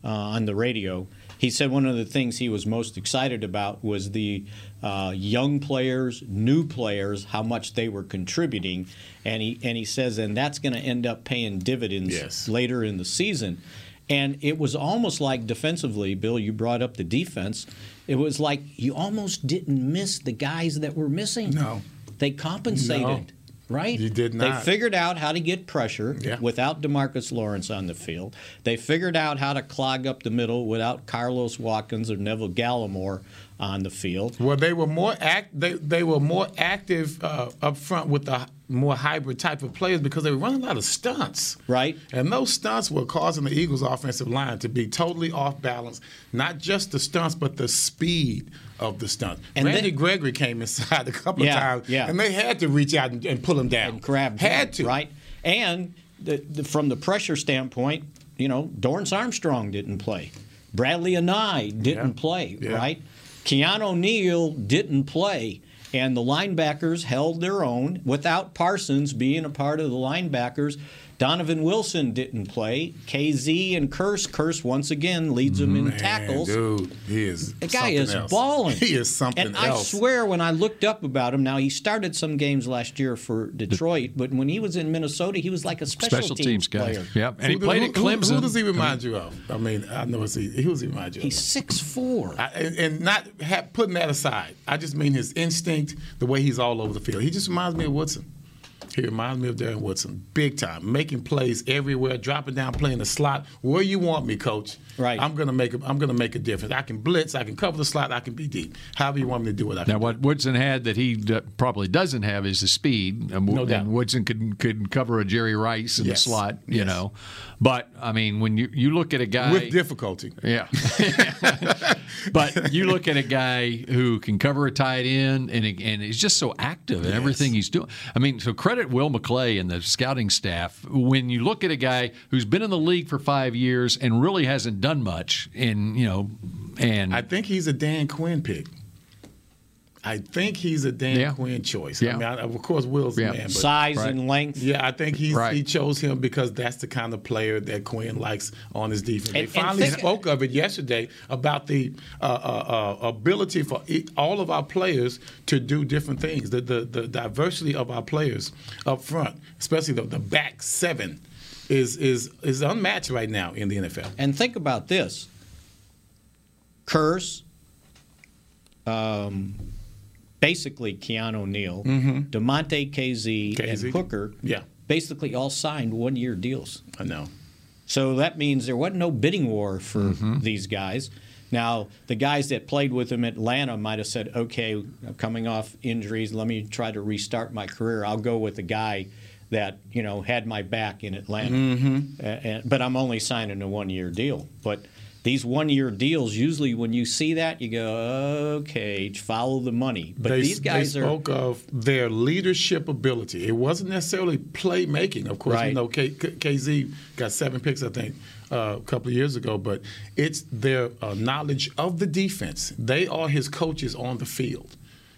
S7: uh, on the radio. He said one of the things he was most excited about was the uh, young players, new players, how much they were contributing, and he and he says, and that's going to end up paying dividends later in the season. And it was almost like defensively, Bill, you brought up the defense. It was like you almost didn't miss the guys that were missing. No. They compensated,
S9: No.
S7: right? You
S9: did not.
S7: They figured out how to get pressure without Demarcus Lawrence on the field. They figured out how to clog up the middle without Carlos Watkins or Neville Gallimore on the field.
S9: Well, they were more act. They, they were more active uh, up front with the more hybrid type of players because they were running a lot of stunts.
S7: Right.
S9: And those stunts were causing the Eagles' offensive line to be totally off balance. Not just the stunts, but the speed of the stunts.
S7: And
S9: Randy
S7: then-
S9: Gregory came inside a couple
S7: Yeah,
S9: of times,
S7: yeah.
S9: and they had to reach out and, and pull him down.
S7: grab
S9: had
S7: him,
S9: to.
S7: right and the, the, from the pressure standpoint you know dorrance armstrong didn't play bradley anai didn't play right keanu neal didn't play and the linebackers held their own without parsons being a part of the linebackers donovan wilson didn't play kz and curse curse once again leads them in
S9: Man,
S7: tackles
S9: dude, he is.
S7: the guy
S9: something
S7: is
S9: else.
S7: balling.
S9: He is something
S7: and
S9: else.
S7: I swear, when I looked up about him, now he started some games last year for Detroit, but when he was in Minnesota, he was like a special,
S5: Special teams guy.
S7: player.
S5: Yep. And he
S9: Who do-
S5: played
S9: who-
S5: at
S9: who-
S5: Clemson.
S9: Who, does he remind you of? I mean, I know it's, he was he remind you. He's
S7: six four.
S9: and, and not ha- putting that aside, I just mean his instinct, the way he's all over the field. He just reminds me of Woodson. He reminds me of Darren Woodson, big time, making plays everywhere, dropping down, playing the slot where you want me, coach. Right. I'm gonna make a, I'm gonna make a difference. I can blitz, I can cover the slot, I can be deep. However you want me to do it, I can.
S5: Now, what Woodson had that he d- probably doesn't have is the speed. And, Wo-
S9: No doubt.
S5: and Woodson could could cover a Jerry Rice in
S9: Yes.
S5: the slot, you
S9: Yes.
S5: know. But I mean, when you, you look at a guy
S9: With difficulty.
S5: yeah, but you look at a guy who can cover a tight end and and is just so active in everything he's doing. I mean, so credit Will McClay and the scouting staff. When you look at a guy who's been in the league for five years and really hasn't done much, and you know, and
S9: I think he's a Dan Quinn pick. I think he's a Dan Quinn choice. I mean, I, of course, Will's
S7: Yeah.
S9: the man. But
S7: Size Right. and length.
S9: Yeah, I think he's,
S7: Right.
S9: he chose him because that's the kind of player that Quinn likes on his defense.
S7: And-
S9: they
S7: and
S9: finally
S7: think-
S9: spoke of it yesterday about the uh, uh, uh, ability for it, all of our players to do different things. The, the the diversity of our players up front, especially the, the back seven, is is is unmatched right now in the NFL.
S7: And think about this. Curse, um, basically Keanu O'Neill,
S9: Mhm.
S7: Demonte KZ, and Hooker.
S9: Yeah.
S7: basically all signed one-year deals.
S9: I know.
S7: So that means there wasn't no bidding war for
S9: Mm-hmm.
S7: these guys. Now the guys that played with him at Atlanta might have said, "Okay, I'm coming off injuries, let me try to restart my career. I'll go with the guy." That you know had my back in Atlanta,
S9: Mm-hmm.
S12: Mhm.
S7: A- and- but I'm only signing a one-year deal. But these one-year deals, usually when you see that, you go, okay, follow the money. But
S9: they,
S7: these guys
S9: they
S7: are
S9: spoke of their leadership ability. It wasn't necessarily playmaking. Of course,
S7: Right.
S9: you know K, K- KZ got seven picks, I think, uh, a couple of years ago. But it's their uh, knowledge of the defense. They are his coaches on the field.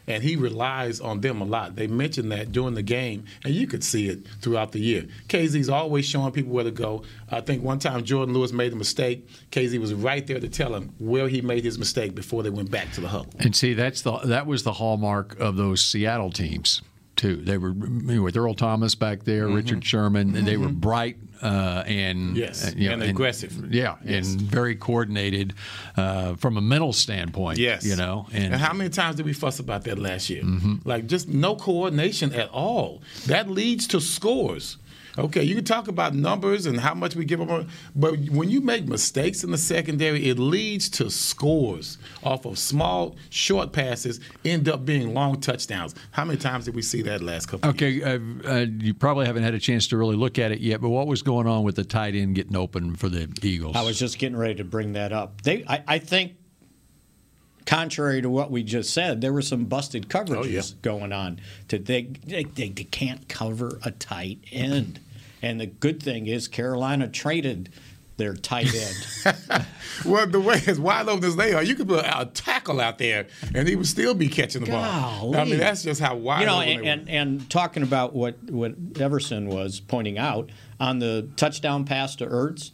S9: And he relies on them a lot. They mentioned that during the game, and you could see it throughout the year. KZ's always showing people where to go. I think one time Jordan Lewis made a mistake. KZ was right there to tell him where he made his mistake before they went back to the huddle.
S5: And see, that's the that was the hallmark of those Seattle teams too. They were with Earl Thomas back
S9: Mm-hmm.
S5: there, Richard Sherman. They were bright uh, and
S9: Yes,
S5: uh, you know,
S9: and aggressive.
S5: yeah,
S9: Yes.
S5: and very coordinated uh, from a mental standpoint.
S9: Yes.
S5: you know, and,
S9: how many times did we fuss about that last year?
S5: Mhm.
S9: Like just no coordination at all. That leads to scores. Okay, you can talk about numbers and how much we give them, but when you make mistakes in the secondary, it leads to scores off of small, short passes, end up being long touchdowns. How many times did we see that last couple?
S5: Okay, uh, uh, you probably haven't had a chance to really look at it yet, but what was going on with the tight end getting open for the Eagles?
S7: I was just getting ready to bring that up. They, I, I think, contrary to what we just said, there were some busted coverages going on. To they, they, they can't cover a tight end, and the good thing is Carolina traded their tight end.
S9: Well, the way as wide open as they are, you could put a tackle out there and he would still be catching the ball. I
S7: Golly.
S9: mean, that's just how wide
S7: you know,
S9: open they
S7: and,
S9: were.
S7: and, and talking about what what Everson was pointing out on the touchdown pass to Ertz.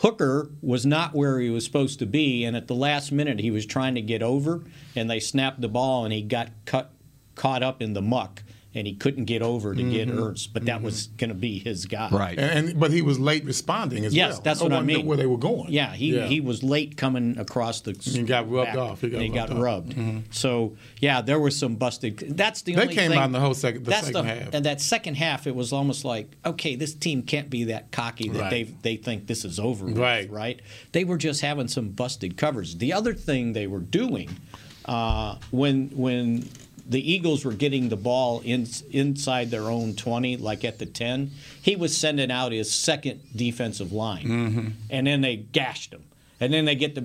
S7: Hooker was not where he was supposed to be, and at the last minute he was trying to get over, and they snapped the ball, and he got cut, caught up in the muck, and he couldn't get over to get
S9: Mhm.
S7: Ertz. But that was going to be his guy,
S9: And, and- but he was late responding as
S7: yes,
S9: well.
S7: that's
S9: No
S7: what I
S9: one knew
S7: mean.
S9: Where they were going.
S7: Yeah, he he was late coming across the. He
S9: got rubbed off. He got
S7: and he
S9: rubbed
S7: got
S9: off. Mm-hmm.
S7: rubbed. So yeah, there was some busted. That's the
S9: They
S7: only
S9: came
S7: thing-
S9: out in the whole second- the second half.
S7: And that second half, it was almost like, okay, this team can't be that cocky that
S9: Right.
S7: they they think this is over. With, right. Right. They were just having some busted covers. The other thing they were doing uh, when when. The Eagles were getting the ball in, inside their own 20, like at the 10. He was sending out his second defensive line
S12: Mhm.
S7: and then they gashed them. And then they get to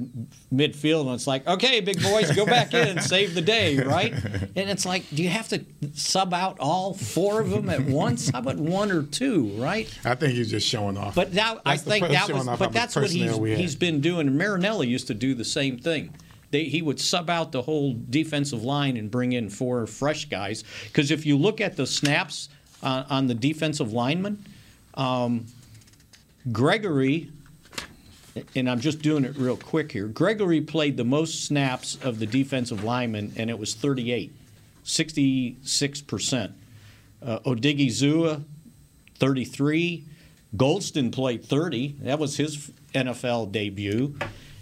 S7: midfield, and it's like, okay, big boys, go back in and save the day, right? And it's like, do you have to sub out all four of them at once? How about one or two, right?
S9: I think he's just showing off.
S7: But now I
S9: That's the
S7: think
S9: pers-
S7: that
S9: showing
S7: was,
S9: off
S7: but
S9: how much
S7: that's what he's
S9: personnel we had.
S7: he's been doing. And Marinelli used to do the same thing. They, he would sub out the whole defensive line and bring in four fresh guys. Because if you look at the snaps on, on the defensive lineman, um, Gregory, and I'm just doing it real quick here. Gregory played the most snaps of the defensive linemen, and it was 38, 66 percent. Uh, Odigi Zua, 33. Goldston played 30. That was his NFL debut.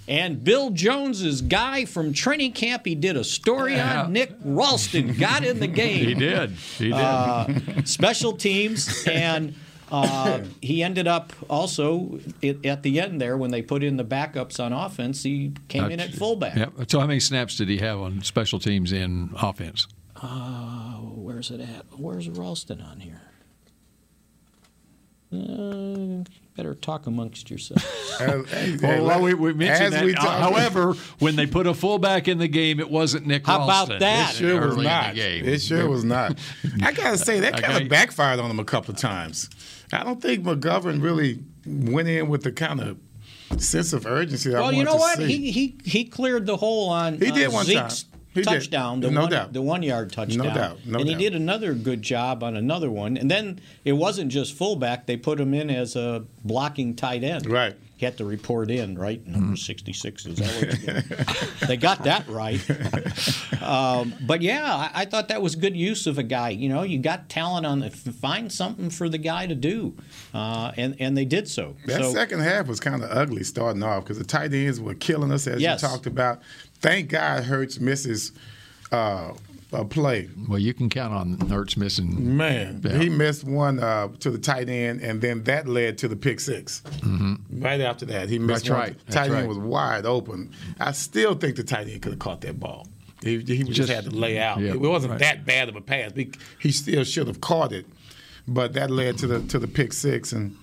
S7: And Bill Jones's guy from training camp, he did a story
S5: Yeah.
S7: on Nick Ralston, got in the game.
S5: He did. He did.
S7: Uh, special teams, and uh, he ended up also at, at the end there when they put in the backups on offense. He came in at fullback.
S5: Uh, Yep. So how many snaps did he have on special teams in offense?
S7: Uh, where's it at? Where's Ralston on here? Uh, better talk amongst yourselves.
S5: Well, well, we, we mentioned
S7: as
S5: that.
S7: we
S5: Uh,
S7: talk-
S5: however, when they put a fullback in the game, it wasn't Nick
S9: How about
S5: Ralston
S9: that? It sure was
S5: early in
S9: not.
S5: the game.
S9: It sure was not. I gotta say that kind
S5: Okay.
S9: of backfired on him a couple of times. I don't think McGovern really went in with the kind of sense of urgency I
S7: well, you
S9: wanted
S7: know
S9: to
S7: what?
S9: see.
S7: He, he he cleared the hole on
S9: He
S7: on
S9: did one time.
S7: Zeke's
S9: He did.
S7: touchdown, the
S9: No
S7: one,
S9: doubt.
S7: the one yard touchdown.
S9: doubt, no
S7: and he
S9: doubt.
S7: did another good job on another one. And then it wasn't just fullback; they put him in as a blocking tight end. Right. He had to report in, right?
S9: Hmm.
S7: Number sixty-six is that what it's called? they got that right. Um, but yeah, I, I thought that was good use of a guy. You know, you got talent on the f- find something for the guy to do, uh, and and they did so.
S9: That
S7: so
S9: second half was kind of ugly starting off because the tight ends were killing us as
S7: Yes.
S9: you talked about. Thank God Hurts misses uh, a play.
S5: Well, you can count on Hurts missing.
S9: Man,
S5: Yeah.
S9: he missed one uh, to the tight end, and then that led to the pick six.
S5: Mhm.
S9: Right after that, he missed
S5: That's
S9: one.
S5: right.
S9: The
S5: That's
S9: tight
S5: right.
S9: end was wide open. I still think the tight end could have caught that ball. He, he just,
S5: Just-
S9: had to lay out.
S5: yeah,
S9: it wasn't
S5: right.
S9: that bad of a pass. He, he still should have caught it, but that led to the to the pick six, and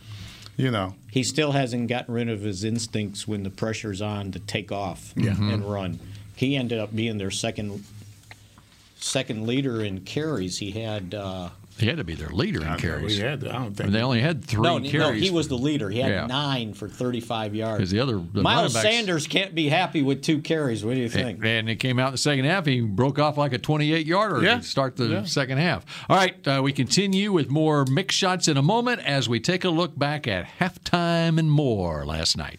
S9: you know.
S7: he still hasn't gotten rid of his instincts when the pressure's on to take off
S9: Yeah.
S5: Mm-hmm.
S7: and run. He ended up being their second second leader in carries. He had uh,
S5: He had to be their leader in carries.
S7: he had to- I don't think-
S5: And they only had three
S7: no,
S5: carries.
S7: no, he was the leader. He had
S5: Yeah.
S7: nine for thirty-five yards.
S5: 'Cause the other- the running
S7: Miles
S5: backs-
S7: Sanders can't be happy with two carries. What do you think?
S5: And it came out in the second half. He broke off like a 28 yarder
S7: Yeah.
S5: to start the
S7: Yeah.
S5: second half. All right, uh, we continue with more mix shots in a moment as we take a look back at halftime and more last night.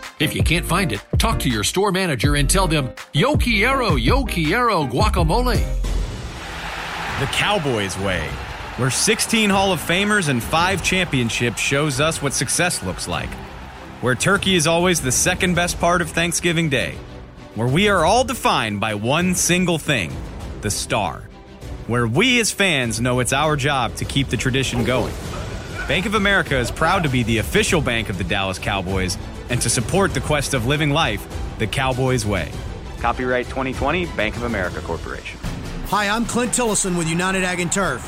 S13: If you can't find it, talk to your store manager and tell them, Yo Quiero, Yo Quiero guacamole.
S1: The Cowboys way, where 16 Hall of Famers and five championships shows us what success looks like. Where turkey is always the second best part of Thanksgiving Day. Where we are all defined by one single thing the star. Where we as fans know it's our job to keep the tradition going. Bank of America is proud to be the official bank of the Dallas Cowboys and to support the quest of living life the Cowboys way. Copyright 2020, Bank of America Corporation.
S14: Hi, I'm Clint Tillison with United Ag and Turf.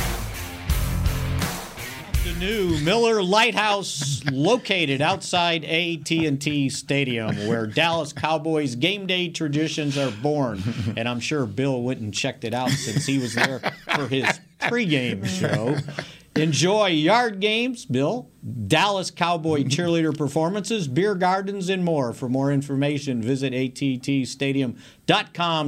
S7: The new Miller Lighthouse, located outside AT&T Stadium, where Dallas Cowboys game day traditions are born. And I'm sure Bill Witten checked it out since he was there for his pregame show. Enjoy yard games, Bill, Dallas Cowboy cheerleader performances, beer gardens, and more. For more information, visit attstadium.com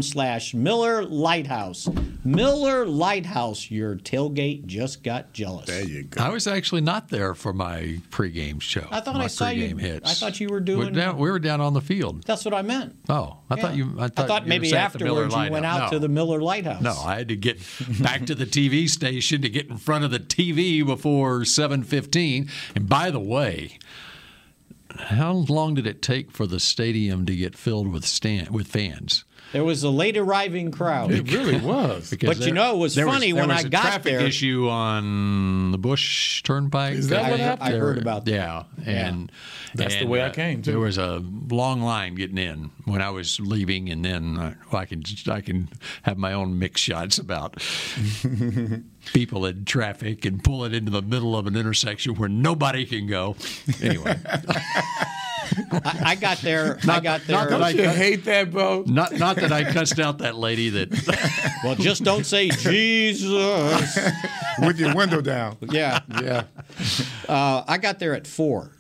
S7: slash Miller Lighthouse. Miller Lighthouse, your tailgate just got jealous. There
S9: you
S5: I was actually not there for my pregame show.
S7: I thought
S5: my
S7: I saw you-
S5: pregame Hits.
S7: I thought you were
S5: We're
S7: doing-
S5: down- we were down on the field.
S7: That's what I meant.
S5: Oh, I thought
S7: Yeah.
S5: you. I
S7: I
S5: thought,
S7: thought
S5: you
S7: maybe
S5: sat at the Miller
S7: afterwards you went
S5: lineup.
S7: out
S5: No.
S7: to the Miller Lighthouse.
S5: No, I had to get back to the TV station to get in front of the TV before 7:15. And by the way, how long did it take for the stadium to get filled with stand with fans?
S7: There was a late arriving crowd. It
S9: really was.
S7: but you know, it was
S5: there
S7: funny
S5: there
S7: when
S5: was
S7: I
S5: a
S7: got
S5: traffic
S7: there.
S5: issue on the Bush Turnpike.
S7: Is that what
S5: There-
S7: happened? I heard about that.
S5: Yeah, and
S9: That's the
S5: and,
S9: way I
S5: uh,
S9: came, too.
S5: There was a long line getting in when I was leaving, and then uh, well, I can I can have my own mix shots about people in traffic and pulling into the middle of an intersection where nobody can go. Anyway.
S7: I, I got there. I
S5: Not-
S7: got there.
S5: not that I Don't you hate
S9: that, bro.
S5: Not not that I cussed out that lady that.
S7: well, just don't say Jesus
S9: with your window down.
S7: Yeah,
S9: yeah.
S7: Uh, I got there at four,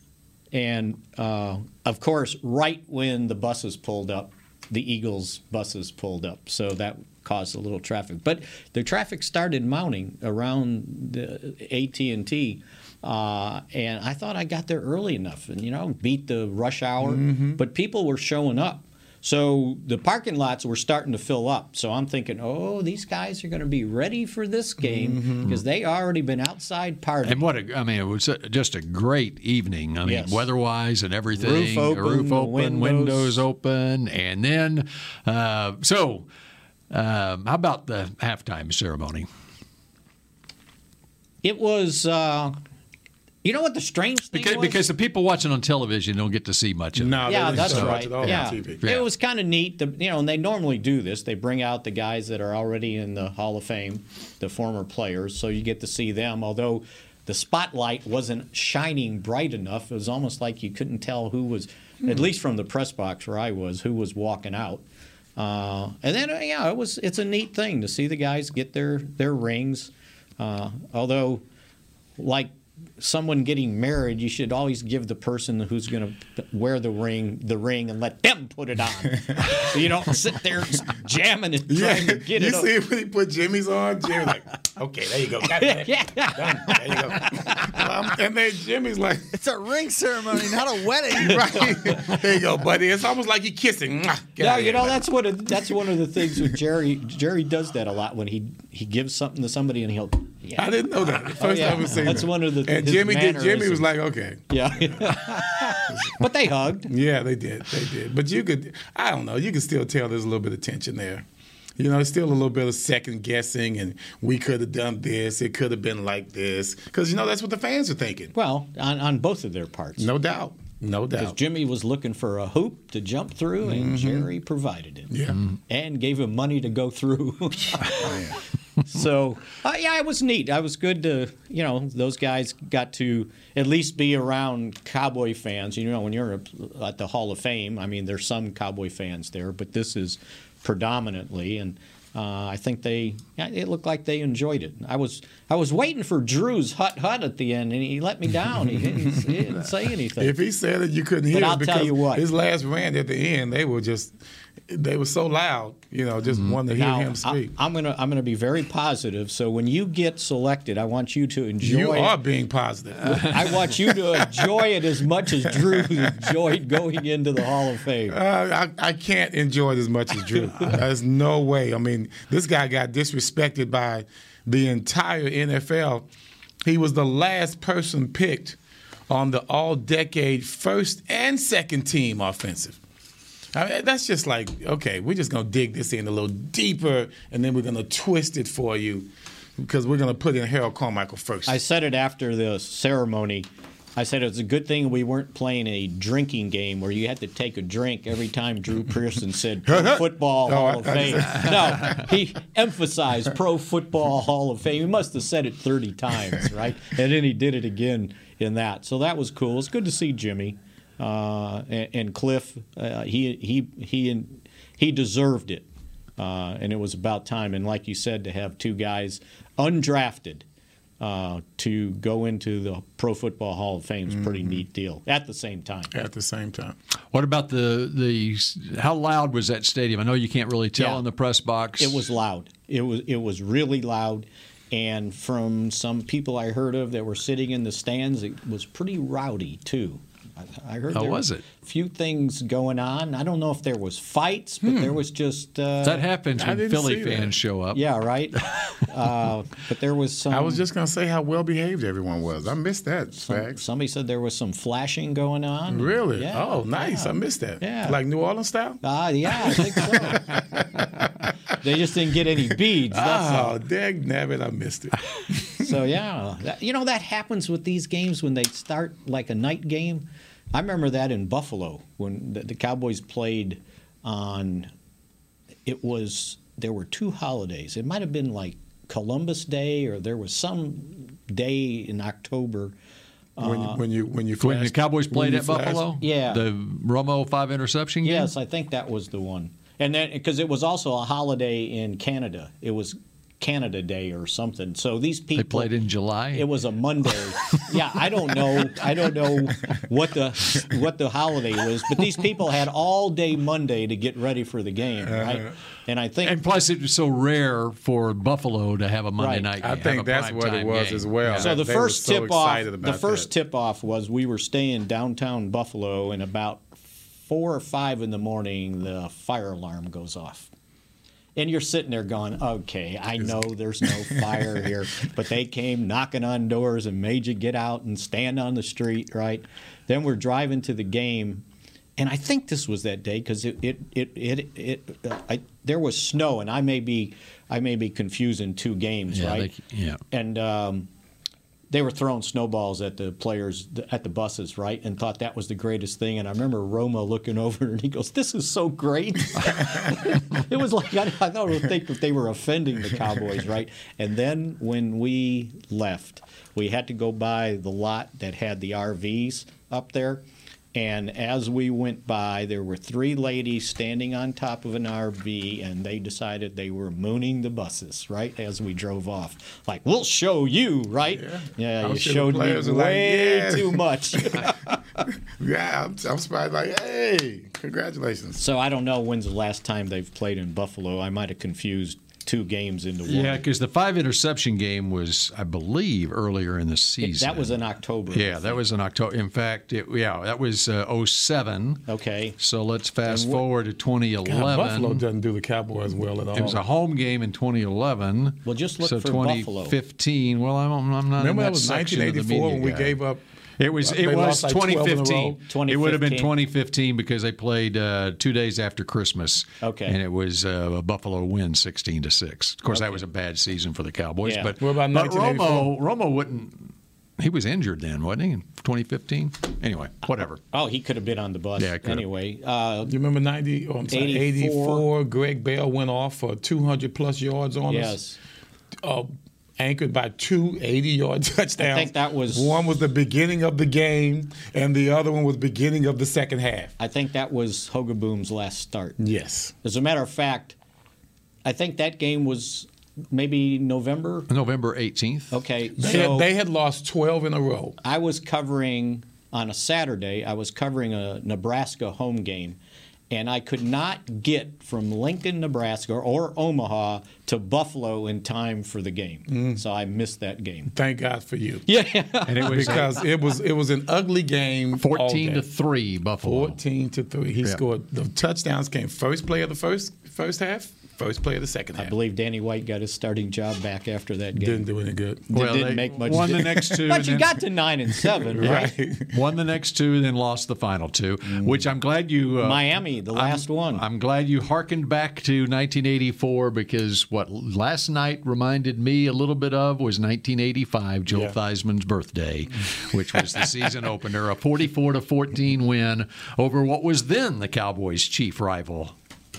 S7: and uh, of course, right when the buses pulled up, the Eagles buses pulled up, so that caused a little traffic. But the traffic started mounting around the AT and T. Uh, and I thought I got there early enough, and you know, beat the rush hour.
S2: Mhm.
S7: But people were showing up, so the parking lots were starting to fill up. So I'm thinking, oh, these guys are going to be ready for this game
S5: Mhm.
S7: because they already been outside partying.
S5: And what a, I mean, it was just a great evening. I mean,
S7: Yes.
S5: weather-wise and everything.
S7: Roof open, the
S5: open, windows.
S7: windows
S5: open, and then uh, so. Um, how about the halftime ceremony?
S7: It was, uh, you know what the strange thing
S5: Because,
S7: was?
S5: because the people watching on television don't get to see much of it.
S7: yeah, that's right. yeah.
S5: Yeah.
S7: it was kind of neat. The, you know, and they normally do this. They bring out the guys that are already in the Hall of Fame, the former players, so you get to see them. Although the spotlight wasn't shining bright enough, it was almost like you couldn't tell who was, at
S2: Hmm.
S7: least from the press box where I was, who was walking out. Uh, and then, uh, yeah, it was. It's a neat thing to see the guys get their their rings. Uh, although, like someone getting married, you should always give the person who's going to wear the ring the ring and let them put it on. so you don't sit there jamming and
S9: Yeah,
S7: trying to get
S9: you
S7: it. up.
S9: see when he put Jimmy's on, Jimmy's like, okay, there you go. Got it.
S7: Yeah.
S9: Done. There you go. Um, and then Jimmy's like,
S8: It's a ring ceremony, not a wedding.
S9: right. There you go, buddy. It's almost like you're kissing. Mwah. Get
S7: Yeah,
S9: out of
S7: you
S9: here,
S7: know
S9: buddy.
S7: that's what it- that's one of the things with Jerry. Jerry does that a lot when he he gives something to somebody and he'll. Yeah.
S9: I didn't know that. The
S7: Oh,
S9: First
S7: yeah.
S9: time I've seen
S7: That's
S9: that.
S7: one of the
S9: And
S7: his
S9: Jimmy did. Jimmy was
S7: mannerisms.
S9: like, okay.
S7: Yeah. but they hugged.
S9: Yeah, they did. They did. But you could, I don't know, you could still tell there's a little bit of tension there. You know, still a little bit of second guessing, and we could have done this. It could have been like this, because you know that's what the fans are thinking.
S7: Well, on, on both of their parts,
S9: no doubt, no
S7: Because
S9: doubt.
S7: Jimmy was looking for a hoop to jump through, and
S9: Mhm.
S7: Jerry provided it.
S9: Yeah. Mm.
S7: And gave him money to go through.
S9: Oh,
S7: so, uh, yeah, it was neat. I was good to, you know, those guys got to at least be around Cowboy fans. You know, when you're at the Hall of Fame, I mean, there's some Cowboy fans there, but this is predominantly. And uh, I think they, yeah, it looked like they enjoyed it. I was, I was waiting for Drew's hut hut at the end, and he let me down. He didn't, he didn't say anything.
S9: If he said it, you couldn't
S7: But
S9: hear. it
S7: I'll tell
S9: because
S7: you what.
S9: his last rant at the end, they were just, they were so loud. You know, just wanted to hear
S7: Mm-hmm. Now,
S9: him speak.
S7: I, am gonna I'm gonna be very positive. So when you get selected, I want you to enjoy.
S9: you are
S7: it.
S9: being positive.
S7: I want you to enjoy it as much as Drew enjoyed going into the Hall of Fame.
S9: Uh, I, I can't enjoy it as much as Drew. There's no way. I mean, this guy got disrespected by the entire NFL. He was the last person picked on the all decade first and second team offensive. I mean, that's just like, okay, we're just going to dig this in a little deeper and then we're going to twist it for you because we're going to put in Harold Carmichael first.
S7: I said it after the ceremony. I said it was a good thing we weren't playing a drinking game where you had to take a drink every time Drew Pearson said pro football
S9: Oh, I
S7: Hall of
S9: thought
S7: Fame.
S9: you
S7: No, he emphasized pro football Hall of Fame. He must have said it 30 times, right? And then he did it again in that. So that was cool. It's good to see Jimmy uh, and, and Cliff. Uh, he he he he deserved it, uh, and it was about time. And like you said, to have two guys undrafted uh, to go into the Pro Football Hall of Fame is a pretty neat deal at the same time.
S9: At the same time.
S5: What about the the how loud was that stadium? I know you can't really tell
S7: Yeah.
S5: in the press box.
S7: It was loud. It was it was really loud, and from some people I heard of that were sitting in the stands, it was pretty rowdy too. I, I heard
S5: How
S7: there
S5: was
S7: were
S5: it?
S7: A few things going on. I don't know if there was fights, but there was just uh,
S5: Hmm. That happens when Philly fans show up.
S7: Yeah, right. uh, but there was some.
S9: I was just going to say how well behaved everyone was. I missed that.
S7: some, somebody said there was some flashing going on.
S9: Really?
S7: Yeah,
S9: oh, nice.
S7: yeah.
S9: I missed that.
S7: Yeah.
S9: Like New Orleans style?
S7: Ah, yeah, I think so. they just didn't get any beads. That's
S9: oh,
S7: all.
S9: dag nabbit, I missed it.
S7: So yeah, that, you know that happens with these games when they start like a night game. I remember that in Buffalo when the, the Cowboys played on. It was there were two holidays. It might have been like Columbus Day or there was some day in October
S9: When you-
S7: Uh,
S9: when you when you
S5: Uh-huh. When the
S9: flash-
S5: Cowboys
S9: when
S5: played
S9: you
S5: at
S9: flash-
S5: Buffalo?
S7: Yeah.
S5: The Romo five interception game?
S7: Yes, I think that was the one. And then because it was also a holiday in Canada, it was Canada Day or something. So these people
S5: played in July.
S7: It was a Monday. yeah, I don't know. I don't know what the what the holiday was, but these people had all day Monday to get ready for the game,
S9: Uh-huh.
S7: right? And I think
S5: And plus, it was so rare for Buffalo to have a Monday
S7: Right.
S5: night game.
S7: I
S5: have
S9: think
S5: a
S9: that's
S5: prime
S9: what it
S5: time
S9: was
S5: game.
S9: as well.
S7: So the
S9: They were
S7: first
S9: so
S7: tip off,
S9: excited
S7: the
S9: about
S7: first tip off was we were staying downtown Buffalo, and about four or five in the morning, the fire alarm goes off. And you're sitting there going, okay, I know there's no fire here, but they came knocking on doors and made you get out and stand on the street, right? Then we're driving to the game, and I think this was that day because it it it it, it uh, I, there was snow, and I may be I may be confusing two games,
S5: Yeah,
S7: right?
S5: they- yeah.
S7: And um, they were throwing snowballs at the players at the buses, right? And thought that was the greatest thing. And I remember Roma looking over and he goes, "This is so great." it was like I, I don't think that they were offending the Cowboys, right? And then when we left, we had to go by the lot that had the RVs up there. And as we went by, there were three ladies standing on top of an RV, and they decided they were mooning the buses, right? As we drove off. Like, we'll show you, right? Yeah,
S9: I'm
S7: you
S9: sure the
S7: showed me way
S9: players are like, "Yeah."
S7: too much.
S9: Yeah, I'm, I'm surprised. Like, hey, congratulations.
S7: so I don't know when's the last time they've played in Buffalo. I might have confused two games into one.
S5: Yeah, because the five interception game was, I believe, earlier in the season.
S7: that was in October.
S5: Yeah, that was in October. In fact, it, yeah, that was uh, 07.
S7: Okay.
S5: So let's fast
S9: And what-
S5: forward to 2011.
S9: God, Buffalo doesn't do the Cowboys well at all.
S5: It was a home game in 2011. Well,
S7: just look
S5: so
S7: for Buffalo.
S5: 2015. Well, I'm, I'm not. in
S9: Remember that
S5: that
S9: was
S5: section of the
S9: 1984
S5: media
S9: when we
S5: guide.
S9: gave up-
S5: It was
S9: they
S5: it was
S9: lost like 12 in a row?
S5: 2015. It would have been
S9: 2015.
S5: 2015 because they played uh, two days after Christmas.
S7: Okay.
S5: and it was uh, a Buffalo win, 16 to six. Of course, that was a bad season for the Cowboys.
S7: Yeah.
S5: But
S7: What about
S5: but Romo
S7: 1984?
S5: Romo wouldn't. He was injured then, wasn't he? In 2015. Anyway, whatever.
S7: Oh, he could have been on the bus.
S5: Yeah, it could have.
S7: anyway, uh,
S9: you remember 90, oh, I'm sorry,
S7: 84.
S9: 84, Greg Bell went off for 200 plus yards on
S7: Yes.
S9: us. Uh, anchored by two 80 yard touchdowns.
S7: I think that was-
S9: One was the beginning of the game, and the other one was beginning of the second half.
S7: I think that was Hogaboom's last start.
S9: Yes.
S7: As a matter of fact, I think that game was maybe November.
S5: November 18th.
S7: Okay.
S9: They,
S7: so
S9: had, they had lost 12 in a row.
S7: I was covering on a Saturday, I was covering a Nebraska home game, and I could not get from Lincoln, Nebraska or Omaha to Buffalo in time for the game.
S9: Mm.
S7: So I missed that game.
S9: Thank God for you.
S7: Yeah.
S5: And it was
S9: because it was it was an ugly game. all
S5: 14 to
S9: day.
S5: three Buffalo.
S9: Fourteen to three. He
S5: Yeah.
S9: scored the touchdowns. Came first play of the first first half. First play of the second half.
S7: I believe Danny White got his starting job back after that game.
S9: Didn't do any good.
S7: Did- didn't make much
S5: won the
S7: difference.
S5: next two.
S7: But
S5: and
S7: you
S5: then-
S7: got to nine and seven, right?
S5: won the next two, then lost the final two,
S9: Mm.
S5: which I'm glad you. Uh,
S7: Miami, the last one.
S5: I'm glad you hearkened back to 1984 because what last night reminded me a little bit of was 1985, Joel
S3: Yeah.
S5: Theismann's birthday, which was the season opener, a 44 to 14 win over what was then the Cowboys' chief rival,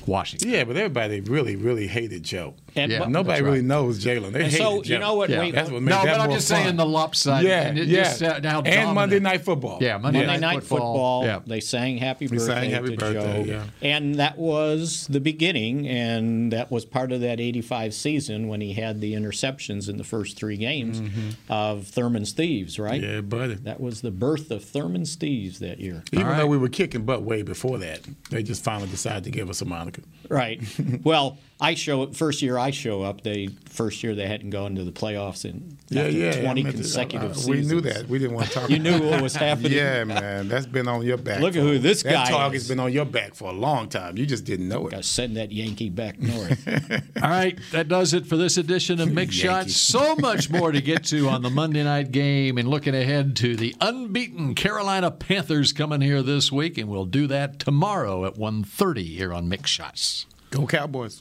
S5: Washington.
S9: Yeah, but everybody really, really hated Joe.
S5: And- Yeah,
S9: Nobody
S5: that's right.
S9: really knows Jalen. They
S5: And
S9: hated
S5: so, you
S9: Joe.
S5: know what, Yeah. wait,
S9: That's what made
S5: no,
S9: that
S5: but I'm
S9: more
S5: just
S9: fun.
S5: saying the lopsided-
S9: Yeah,
S5: and it
S9: yeah.
S5: just, uh, now dominant.
S9: and Monday Night Football.
S5: Yeah, Monday
S7: Monday Night Football.
S5: Yeah.
S7: They sang Happy
S9: They
S7: Birthday
S9: sang Happy
S7: to
S9: Birthday,
S7: Joe,
S9: yeah.
S7: and that was the beginning, and that was part of that '85 season when he had the interceptions in the first three games of Thurman's Thieves, right?
S9: Mm-hmm. Yeah, buddy.
S7: That was the birth of Thurman's Thieves that year.
S9: Even though we were kicking butt way before that, they just finally decided to give us a moniker.
S7: Right. well, I show first year I show up. They first year they hadn't gone to the playoffs in
S9: Yeah,
S7: after
S9: yeah.
S7: twenty
S9: I meant to-
S7: consecutive
S9: I- I-
S7: seasons.
S9: We knew that. We didn't want to talk
S7: You
S9: about
S7: knew
S9: it.
S7: what was happening.
S9: Yeah, man. That's been on your back.
S7: Look at
S9: for-
S7: who this
S9: that
S7: guy
S9: target's
S7: is.
S9: been on your back for a long time. You just didn't know it.
S7: Gotta send that Yankee back north.
S5: All right, that does it for this edition of Mix Shots. So much more to get to on the Monday night game and looking ahead to the unbeaten Carolina Panthers coming here this week and we'll do that tomorrow at 1:30 here on Mix Shots.
S9: Go Cowboys.